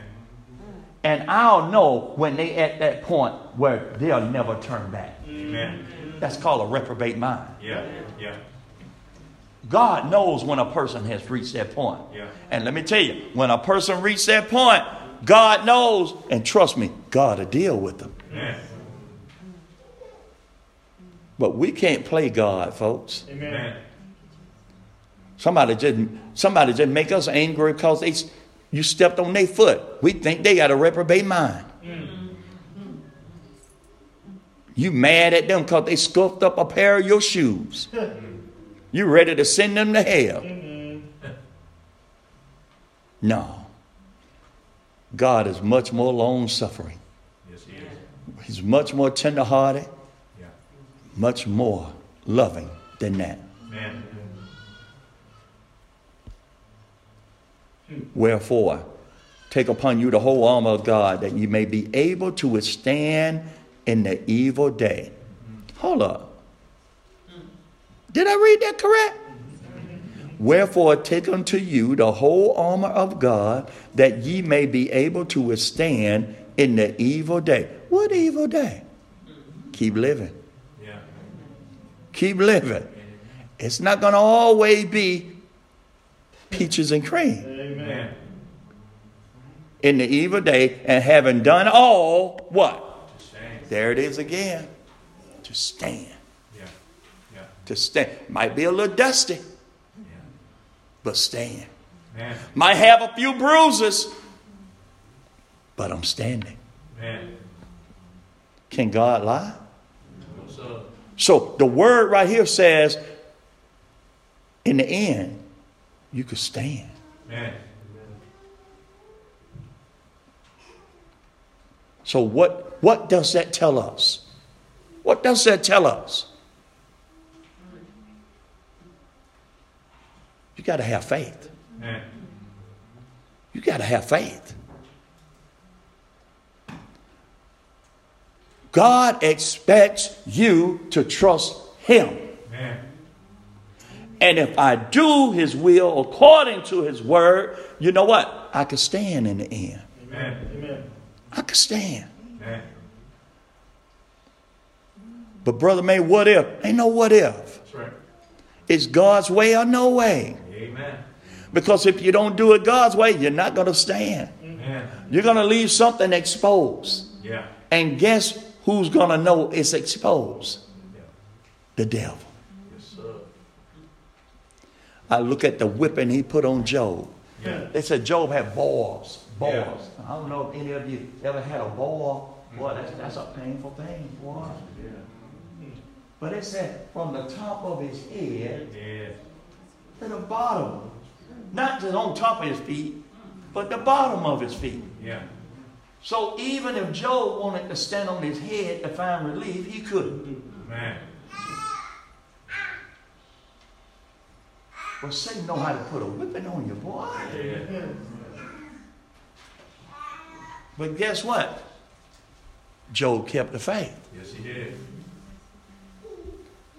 [SPEAKER 1] And I'll know when they at that point where they'll never turn back.
[SPEAKER 2] Mm-hmm. Amen.
[SPEAKER 1] That's called a reprobate mind.
[SPEAKER 2] Yeah. Yeah.
[SPEAKER 1] God knows when a person has reached that point.
[SPEAKER 2] Yeah.
[SPEAKER 1] And let me tell you, when a person reaches that point, God knows, and trust me, God will deal with them.
[SPEAKER 2] Amen.
[SPEAKER 1] But we can't play God, folks.
[SPEAKER 2] Amen.
[SPEAKER 1] Somebody just somebody just make us angry because they s- you stepped on their foot. We think they got a reprobate mind. You mad at them because they scuffed up a pair of your shoes. you ready to send them to hell. no. God is much more long suffering.
[SPEAKER 2] Yes, he is.
[SPEAKER 1] He's much more tenderhearted,
[SPEAKER 2] Yeah.
[SPEAKER 1] much more loving than that.
[SPEAKER 2] Amen.
[SPEAKER 1] Wherefore, take upon you the whole armor of God, that ye may be able to withstand in the evil day. Hold up. Did I read that correct? Wherefore, take unto you the whole armor of God, that ye may be able to withstand in the evil day. What evil day? Keep living.
[SPEAKER 2] Yeah.
[SPEAKER 1] Keep living. It's not going to always be peaches and cream
[SPEAKER 2] Amen.
[SPEAKER 1] in the evil day and having done all, what?
[SPEAKER 2] To stand.
[SPEAKER 1] There it is again. To stand.
[SPEAKER 2] Yeah. Yeah.
[SPEAKER 1] To stand. Might be a little dusty,
[SPEAKER 2] Yeah.
[SPEAKER 1] but stand.
[SPEAKER 2] Amen.
[SPEAKER 1] Might have a few bruises, but I'm standing.
[SPEAKER 2] Amen.
[SPEAKER 1] Can God lie?
[SPEAKER 2] What's up?
[SPEAKER 1] So the word right here says, in the end, you could stand.
[SPEAKER 2] Amen.
[SPEAKER 1] So what, what does that tell us? What does that tell us? You got to have faith.
[SPEAKER 2] Amen.
[SPEAKER 1] You got to have faith. God expects you to trust Him.
[SPEAKER 2] Amen.
[SPEAKER 1] And if I do His will according to His word, you know what? I can stand in the end.
[SPEAKER 2] Amen.
[SPEAKER 1] I can stand.
[SPEAKER 2] Amen.
[SPEAKER 1] But, Brother May, what if? Ain't no what if.
[SPEAKER 2] That's right.
[SPEAKER 1] It's God's way or no way.
[SPEAKER 2] Amen.
[SPEAKER 1] Because if you don't do it God's way, you're not going to stand.
[SPEAKER 2] Amen.
[SPEAKER 1] You're going to leave something exposed.
[SPEAKER 2] Yeah.
[SPEAKER 1] And guess who's going to know it's exposed? The devil.
[SPEAKER 2] Yes, sir.
[SPEAKER 1] I look at the whipping he put on Job.
[SPEAKER 2] Yeah.
[SPEAKER 1] They said Job had boils. Boils.
[SPEAKER 2] Yeah.
[SPEAKER 1] I don't know if any of you ever had a boil. Boy, that's, that's a painful thing, boy. But it said from the top of his head
[SPEAKER 2] Yeah.
[SPEAKER 1] to the bottom. Not just on top of his feet, but the bottom of his feet.
[SPEAKER 2] Yeah.
[SPEAKER 1] So even if Job wanted to stand on his head to find relief, he couldn't.
[SPEAKER 2] Man.
[SPEAKER 1] But Satan know how to put a whipping on you, boy.
[SPEAKER 2] Yeah.
[SPEAKER 1] But guess what? Job kept the faith.
[SPEAKER 2] Yes, he did.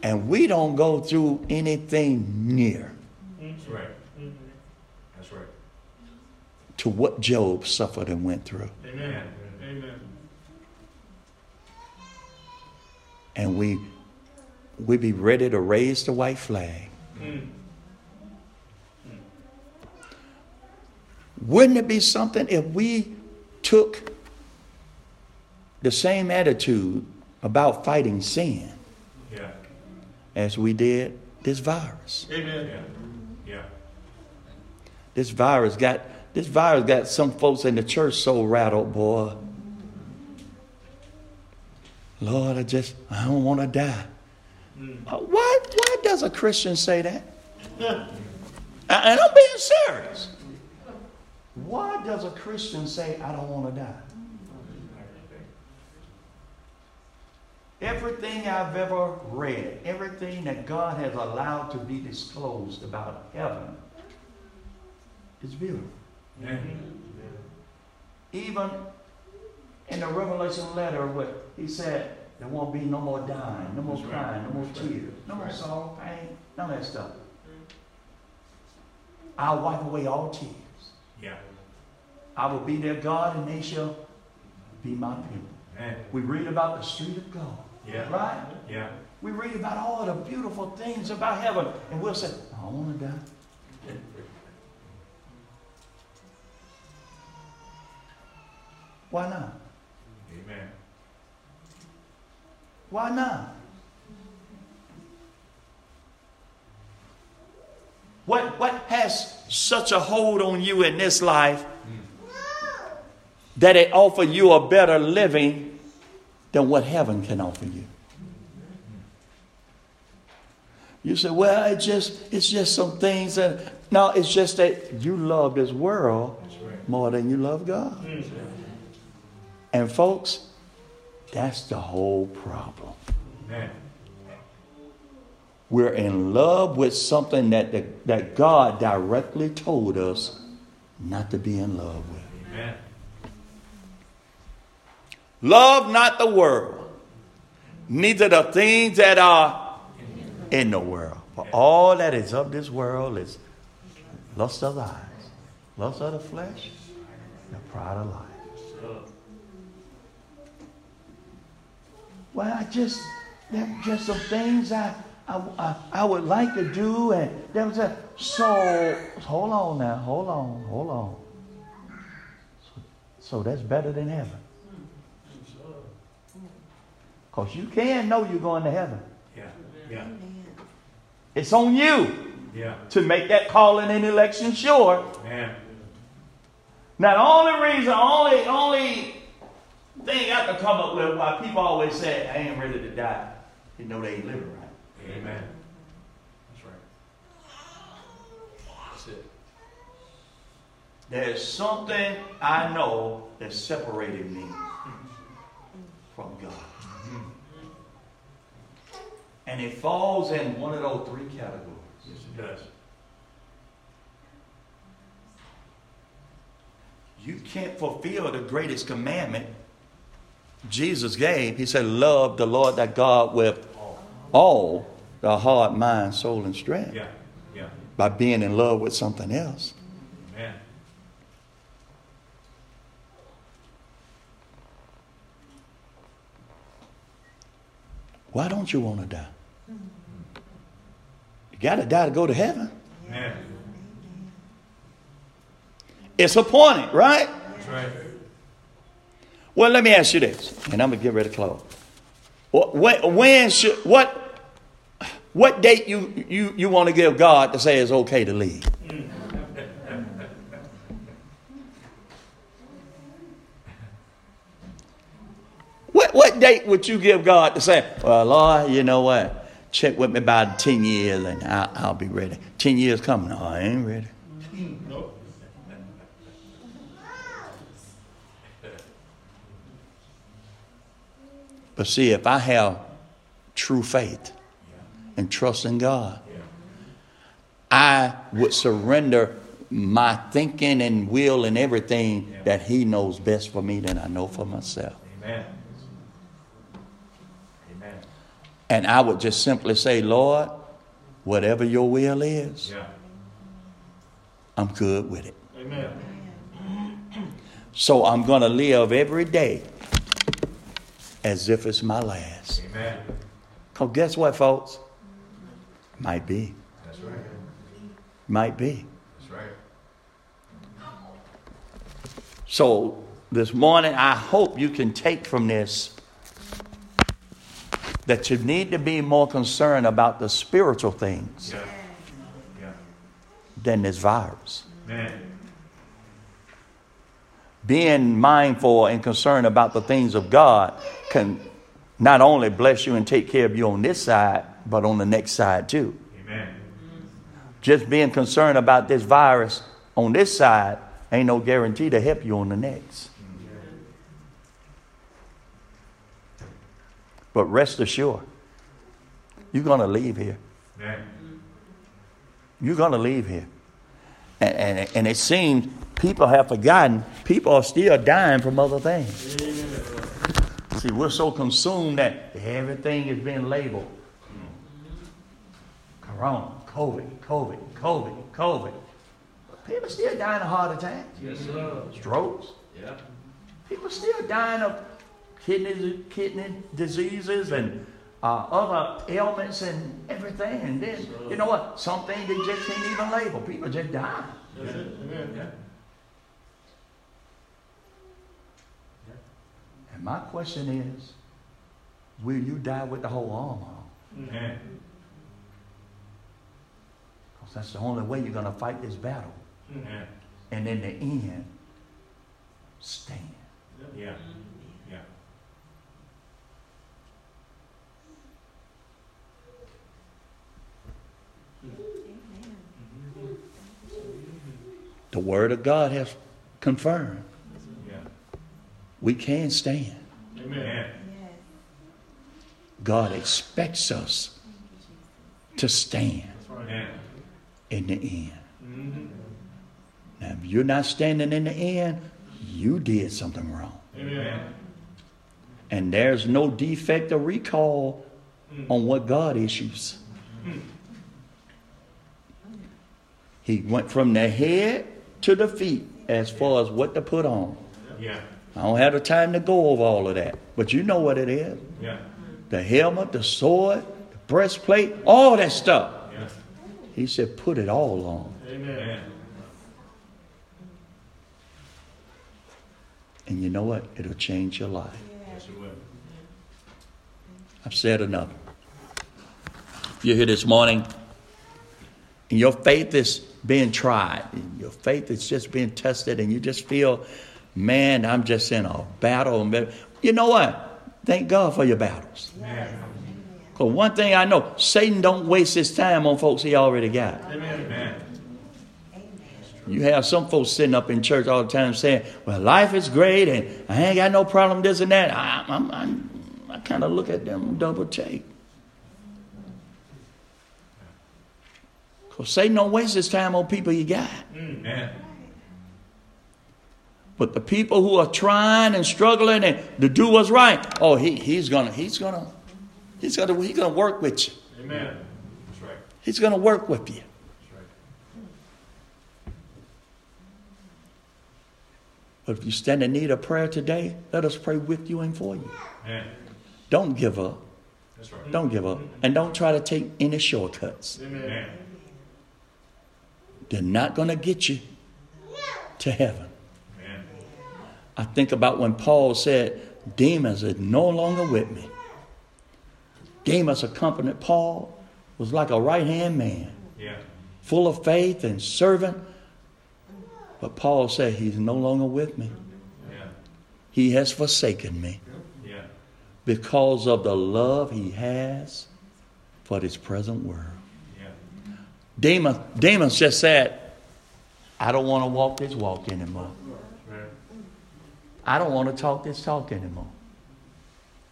[SPEAKER 1] And we don't go through anything near
[SPEAKER 2] That's right. That's right.
[SPEAKER 1] to what Job suffered and went through.
[SPEAKER 3] Amen. Amen.
[SPEAKER 1] And we we be ready to raise the white flag.
[SPEAKER 3] Mm.
[SPEAKER 1] Wouldn't it be something if we took the same attitude about fighting sin
[SPEAKER 2] Yeah.
[SPEAKER 1] as we did this virus?
[SPEAKER 3] Amen.
[SPEAKER 2] Yeah. Yeah.
[SPEAKER 1] This virus got this virus got some folks in the church so rattled, boy. Lord, I just I don't want to die. Uh, Why why does a Christian say that? A- And I'm being serious. Why does a Christian say I don't want to die? Everything I've ever read, everything that God has allowed to be disclosed about heaven is beautiful.
[SPEAKER 2] Yeah.
[SPEAKER 3] Mm-hmm.
[SPEAKER 1] Even in the Revelation letter, where he said there won't be no more dying, no more
[SPEAKER 2] That's right.
[SPEAKER 1] crying, no more
[SPEAKER 2] That's right. Mm-hmm.
[SPEAKER 1] tears, no more sorrow, pain, none of that stuff. I'll wipe away all tears.
[SPEAKER 2] Yeah.
[SPEAKER 1] I will be their God, and they shall be my people.
[SPEAKER 2] Man.
[SPEAKER 1] We read about the street of God,
[SPEAKER 2] Yeah.
[SPEAKER 1] right?
[SPEAKER 2] Yeah.
[SPEAKER 1] We read about all the beautiful things about heaven, and we'll say, I don't want to die. Why not?
[SPEAKER 2] Amen.
[SPEAKER 1] Why not? What, what has such a hold on you in this life that it offers you a better living than what heaven can offer you? You say, well, it just, it's just some things that, no, it's just that you love this world
[SPEAKER 2] That's right.
[SPEAKER 1] more than you love God. And folks, that's the whole problem.
[SPEAKER 2] Man.
[SPEAKER 1] We're in love with something that, the, that God directly told us not to be in love with.
[SPEAKER 2] Amen.
[SPEAKER 1] Love not the world, neither the things that are in the world. For all that is of this world is lust of the eyes, lust of the flesh, and the pride of life. Well, I just there are just some things I I, I, I would like to do, and there was a so hold on now, hold on, hold on. So, so that's better than heaven. Because you can know you're going to heaven.
[SPEAKER 2] Yeah. Yeah.
[SPEAKER 1] It's on you
[SPEAKER 2] Yeah.
[SPEAKER 1] to make that calling and election sure.
[SPEAKER 2] Man.
[SPEAKER 1] Now, the only reason, only, only thing I could come up with why people always say, I ain't ready to die, they know they ain't living right.
[SPEAKER 2] Amen. That's right. That's it.
[SPEAKER 1] There's something I know that separated me from God. And it falls in one of those three categories.
[SPEAKER 2] Yes, it does.
[SPEAKER 1] You can't fulfill the greatest commandment Jesus gave. He said, Love the Lord thy God with all the heart, mind, soul, and strength
[SPEAKER 2] Yeah. Yeah.
[SPEAKER 1] by being in love with something else.
[SPEAKER 2] Man.
[SPEAKER 1] Why don't you want to die? You got to die to go to heaven.
[SPEAKER 2] Man.
[SPEAKER 1] It's appointed, right?
[SPEAKER 2] That's right.
[SPEAKER 1] Well, let me ask you this, and I'm gonna get ready to close. What when, when should what what date you you you want to give God to say it's okay to leave? What what date would you give God to say, well, Lord, you know what? Check with me by ten years, and I, I'll be ready. Ten years coming, no, I ain't ready. But see, if I have true faith and trust in God, I would surrender my thinking and will and everything that He knows best for me than I know for myself.
[SPEAKER 2] Amen. Amen.
[SPEAKER 1] And I would just simply say, Lord, whatever your will is,
[SPEAKER 2] Yeah.
[SPEAKER 1] I'm good with it.
[SPEAKER 2] Amen.
[SPEAKER 1] So I'm going to live every day as if it's my last.
[SPEAKER 2] Amen.
[SPEAKER 1] Because guess what, folks? Might be.
[SPEAKER 2] That's right.
[SPEAKER 1] Might be.
[SPEAKER 2] That's right.
[SPEAKER 1] So this morning, I hope you can take from this that you need to be more concerned about the spiritual things
[SPEAKER 2] Yeah. Yeah.
[SPEAKER 1] than this virus.
[SPEAKER 2] Man.
[SPEAKER 1] Being mindful and concerned about the things of God can not only bless you and take care of you on this side, but on the next side too.
[SPEAKER 2] Amen.
[SPEAKER 1] Just being concerned about this virus on this side ain't no guarantee to help you on the next. But rest assured, you're going to leave here.
[SPEAKER 2] Man.
[SPEAKER 1] You're going to leave here. And, and, and it seems people have forgotten, people are still dying from other things. See, we're so consumed that everything is being labeled Corona, COVID, COVID, COVID, COVID. But people still dying of heart attacks,
[SPEAKER 3] Yes, sir.
[SPEAKER 1] strokes.
[SPEAKER 3] Yeah.
[SPEAKER 1] People still dying of kidney, kidney diseases and uh, other ailments and everything. And then, you know what? Some things they just can't even label. People just die.
[SPEAKER 2] That's it. Amen.
[SPEAKER 1] And my question is, will you die with the whole arm on?
[SPEAKER 2] Amen.
[SPEAKER 1] Because that's the only way you're going to fight this battle.
[SPEAKER 2] Amen.
[SPEAKER 1] And in the end, stand.
[SPEAKER 2] Yeah. Yeah.
[SPEAKER 1] The Word of God has confirmed
[SPEAKER 2] Yeah.
[SPEAKER 1] we can stand.
[SPEAKER 2] Amen.
[SPEAKER 1] God expects us to stand.
[SPEAKER 2] Amen.
[SPEAKER 1] in the end. Now, if you're not standing in the end, you did something wrong.
[SPEAKER 2] Amen.
[SPEAKER 1] And there's no defect or recall on what God issues. He went from the head to the feet as far as what to put on.
[SPEAKER 2] Yeah.
[SPEAKER 1] I don't have the time to go over all of that, but you know what it is
[SPEAKER 2] Yeah.
[SPEAKER 1] the helmet, the sword, the breastplate, all that stuff.
[SPEAKER 2] Yeah.
[SPEAKER 1] He said, put it all on,
[SPEAKER 2] Amen.
[SPEAKER 1] and you know what? It'll change your life.
[SPEAKER 2] Yes, it will.
[SPEAKER 1] I've said enough. If you're here this morning and your faith is being tried, and your faith is just being tested, and you just feel, man, I'm just in a battle. You know what? Thank God for your battles.
[SPEAKER 2] Amen.
[SPEAKER 1] Because one thing I know, Satan don't waste his time on folks he already got.
[SPEAKER 2] Amen.
[SPEAKER 1] You have some folks sitting up in church all the time saying, "Well, life is great, and I ain't got no problem this and that." I, I'm, I'm, I kind of look at them and double take. Cause Satan don't waste his time on people he got,
[SPEAKER 2] Amen.
[SPEAKER 1] but the people who are trying and struggling and to do what's right, oh, he, he's gonna, he's gonna, he's gonna, he's gonna work with you.
[SPEAKER 2] Amen. That's right.
[SPEAKER 1] He's gonna work with you.
[SPEAKER 2] That's right.
[SPEAKER 1] But if you stand in need of prayer today, let us pray with you and for you.
[SPEAKER 2] Amen.
[SPEAKER 1] Don't give up.
[SPEAKER 2] That's right.
[SPEAKER 1] Don't give up. And don't try to take any shortcuts.
[SPEAKER 2] Amen.
[SPEAKER 1] They're not going to get you to heaven.
[SPEAKER 2] Amen.
[SPEAKER 1] I think about when Paul said, Demons are no longer with me. Demas accompanied Paul, was like a right hand man,
[SPEAKER 2] Yeah.
[SPEAKER 1] full of faith and servant. But Paul said, He's no longer with me.
[SPEAKER 2] Yeah.
[SPEAKER 1] He has forsaken me
[SPEAKER 2] Yeah.
[SPEAKER 1] because of the love he has for this present world.
[SPEAKER 2] Yeah.
[SPEAKER 1] Demas, Demas just said, I don't want to walk this walk anymore.
[SPEAKER 2] Right.
[SPEAKER 1] I don't want to talk this talk anymore.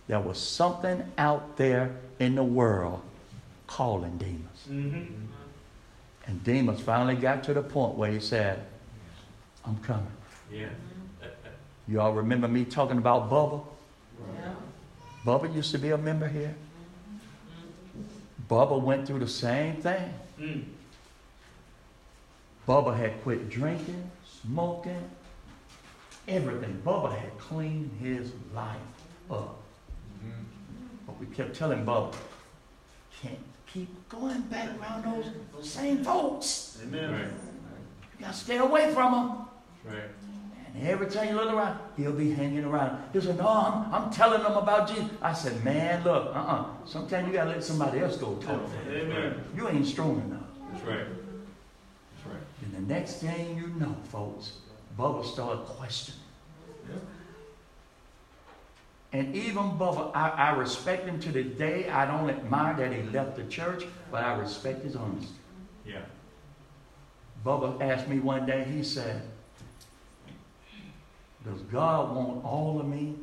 [SPEAKER 1] There was something out there in the world calling Demas.
[SPEAKER 2] Mm-hmm.
[SPEAKER 1] And Demas finally got to the point where he said, I'm coming.
[SPEAKER 2] Yeah.
[SPEAKER 1] Y'all remember me talking about Bubba? Bubba used to be a member here. Bubba went through the same thing.
[SPEAKER 2] Mm.
[SPEAKER 1] Bubba had quit drinking, smoking, everything. Bubba had cleaned his life up. But we kept telling Bubba, can't keep going back around those same folks.
[SPEAKER 2] Amen. Right.
[SPEAKER 1] You gotta stay away from them.
[SPEAKER 2] Right.
[SPEAKER 1] And every time you look around, he'll be hanging around. He'll say, No, I'm, I'm telling them about Jesus. I said, Man, look, uh uh Sometimes you got to let somebody else go talk.
[SPEAKER 2] Amen.
[SPEAKER 1] You ain't strong enough.
[SPEAKER 2] That's right. That's right.
[SPEAKER 1] And the next thing you know, folks, Bubba started questioning.
[SPEAKER 2] Yeah.
[SPEAKER 1] And even Bubba, I, I respect him to the day. I don't admire that he left the church, but I respect his honesty.
[SPEAKER 2] Yeah.
[SPEAKER 1] Bubba asked me one day, he said, Does God want all of me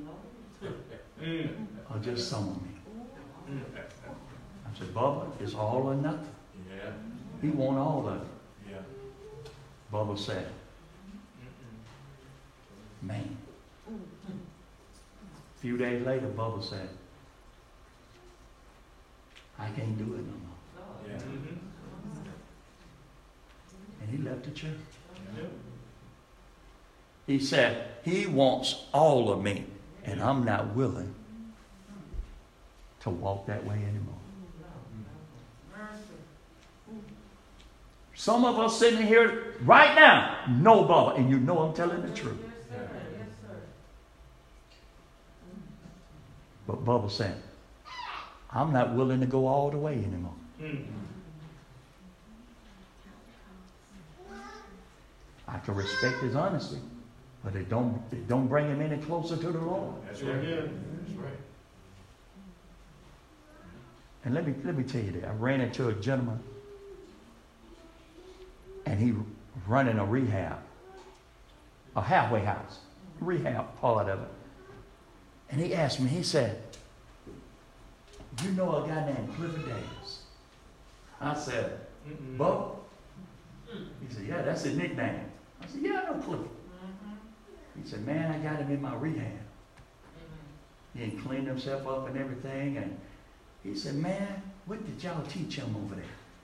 [SPEAKER 2] Mm.
[SPEAKER 1] or just some of me?
[SPEAKER 2] Mm.
[SPEAKER 1] I said, Bubba, it's all or nothing.
[SPEAKER 2] Yeah.
[SPEAKER 1] He want all of it.
[SPEAKER 2] Yeah.
[SPEAKER 1] Bubba said, man. A few days later, Bubba said, I can't do it no more.
[SPEAKER 2] Yeah. Mm-hmm.
[SPEAKER 1] And he left the church.
[SPEAKER 2] Yeah.
[SPEAKER 1] He said, he wants all of me, and I'm not willing to walk that way anymore. Some of us sitting here right now know Bubba, and you know I'm telling the truth. But Bubba said, I'm not willing to go all the way anymore.
[SPEAKER 2] Mm.
[SPEAKER 1] I can respect his honesty, but it don't, it don't bring him any closer to the Lord.
[SPEAKER 2] That's right. That's right.
[SPEAKER 1] And let me, let me tell you that. I ran into a gentleman, and he running a rehab, a halfway house, rehab part of it. And he asked me, he said, you know a guy named Clifford Davis? I said,
[SPEAKER 2] Mm-mm.
[SPEAKER 1] Bubba? He said, yeah, that's his nickname. I said, yeah, I know Clifford. He said, man, I got him in my rehab. He had cleaned himself up and everything, and he said, man, what did y'all teach him over there?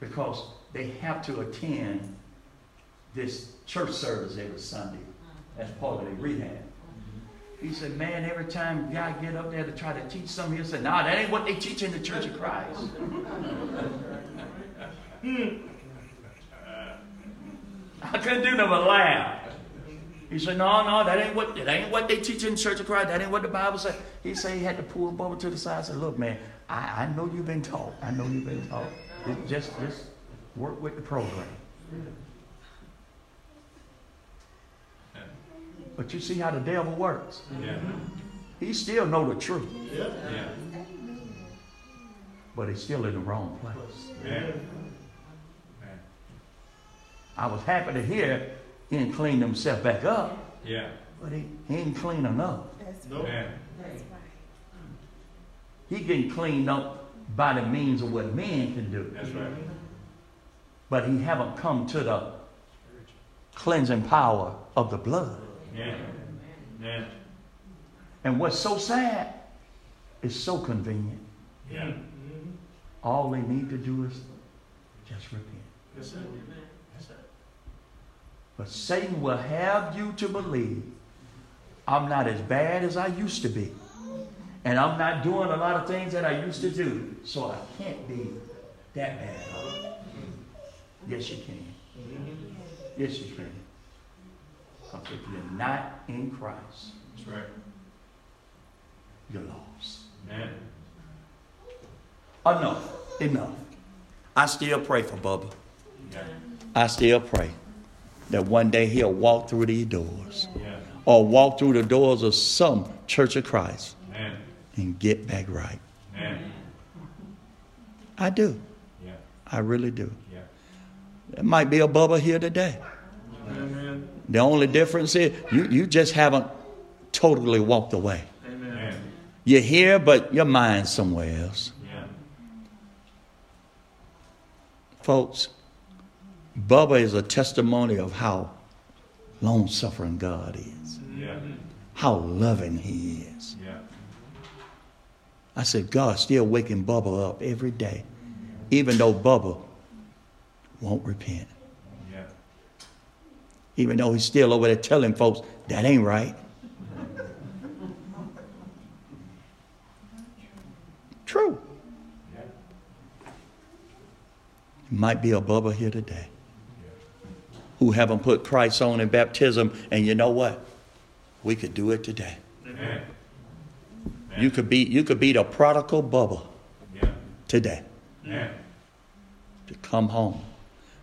[SPEAKER 1] Because they have to attend this church service every Sunday as part of their rehab. He said, man, every time God get up there to try to teach something, he'll say, nah, that ain't what they teach in the Church of Christ. I couldn't do nothing but laugh. He said, "No, no, that ain't what that ain't what they teach in the Church of Christ. That ain't what the Bible said." He said he had to pull Bubba to the side. and said, "Look, man, I, I know you've been taught. I know you've been taught. Just- Just just work with the program." But you see how the devil works.
[SPEAKER 2] Yeah.
[SPEAKER 1] He still know the truth,
[SPEAKER 2] Yeah.
[SPEAKER 1] but he's still in the wrong place.
[SPEAKER 2] Man. Man.
[SPEAKER 1] I was happy to hear he didn't clean himself back up,
[SPEAKER 2] Yeah.
[SPEAKER 1] but he, he ain't clean enough.
[SPEAKER 2] Man.
[SPEAKER 1] He getting cleaned up by the means of what men can do.
[SPEAKER 2] That's right.
[SPEAKER 1] but he haven't come to the cleansing power of the blood.
[SPEAKER 2] Yeah. Man.
[SPEAKER 1] And what's so sad is so convenient.
[SPEAKER 2] Yeah.
[SPEAKER 1] All they need to do is just repent.
[SPEAKER 2] That's it. That's it.
[SPEAKER 1] But Satan will have you to believe I'm not as bad as I used to be. And I'm not doing a lot of things that I used to do. So I can't be that bad. Yes, you can. Yes, you can. Because if you're not in Christ,
[SPEAKER 2] That's right.
[SPEAKER 1] you're lost.
[SPEAKER 2] Amen.
[SPEAKER 1] Enough. Enough. I still pray for Bubba.
[SPEAKER 2] Yeah.
[SPEAKER 1] I still pray that one day he'll walk through these doors
[SPEAKER 2] Yeah.
[SPEAKER 1] or walk through the doors of some Church of Christ
[SPEAKER 2] Amen.
[SPEAKER 1] and get back right.
[SPEAKER 2] Amen.
[SPEAKER 1] I do.
[SPEAKER 2] Yeah.
[SPEAKER 1] I really do.
[SPEAKER 2] Yeah.
[SPEAKER 1] There might be a Bubba here today.
[SPEAKER 2] Amen.
[SPEAKER 1] The only difference is you, you just haven't totally walked away.
[SPEAKER 2] Amen.
[SPEAKER 1] You're here, but your mind's somewhere else.
[SPEAKER 2] Yeah.
[SPEAKER 1] Folks, Bubba is a testimony of how long suffering God is,
[SPEAKER 2] Yeah.
[SPEAKER 1] how loving He is.
[SPEAKER 2] Yeah.
[SPEAKER 1] I said, God still waking Bubba up every day, even though Bubba won't repent,
[SPEAKER 2] Yeah.
[SPEAKER 1] even though he's still over there telling folks, that ain't right. True.
[SPEAKER 2] Yeah.
[SPEAKER 1] might be a Bubba here today who haven't put Christ on in baptism, and you know what? We could do it today.
[SPEAKER 2] Amen.
[SPEAKER 1] You could be you could be the prodigal Bubba
[SPEAKER 2] Yeah.
[SPEAKER 1] today
[SPEAKER 2] Amen.
[SPEAKER 1] to come home.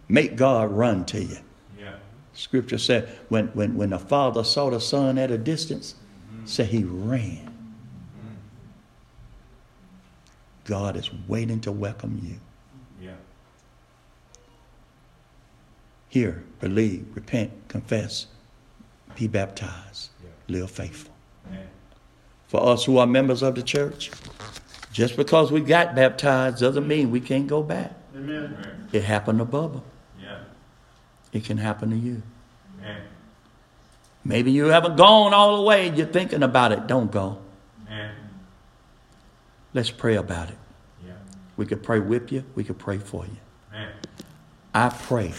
[SPEAKER 1] Make God run to you.
[SPEAKER 2] Yeah.
[SPEAKER 1] Scripture said when when when the father saw the son at a distance, said he ran. God is waiting to welcome you.
[SPEAKER 2] Yeah.
[SPEAKER 1] Hear, believe, repent, confess, be baptized, live faithful.
[SPEAKER 2] Amen.
[SPEAKER 1] For us who are members of the church, just because we got baptized doesn't mean we can't go back.
[SPEAKER 2] Amen.
[SPEAKER 1] It happened to Bubba.
[SPEAKER 2] Yeah.
[SPEAKER 1] It can happen to you.
[SPEAKER 2] Amen.
[SPEAKER 1] Maybe you haven't gone all the way and you're thinking about it. Don't go.
[SPEAKER 2] Amen.
[SPEAKER 1] Let's pray about it.
[SPEAKER 2] Yeah.
[SPEAKER 1] We could pray with you, we could pray for you.
[SPEAKER 2] Amen.
[SPEAKER 1] I pray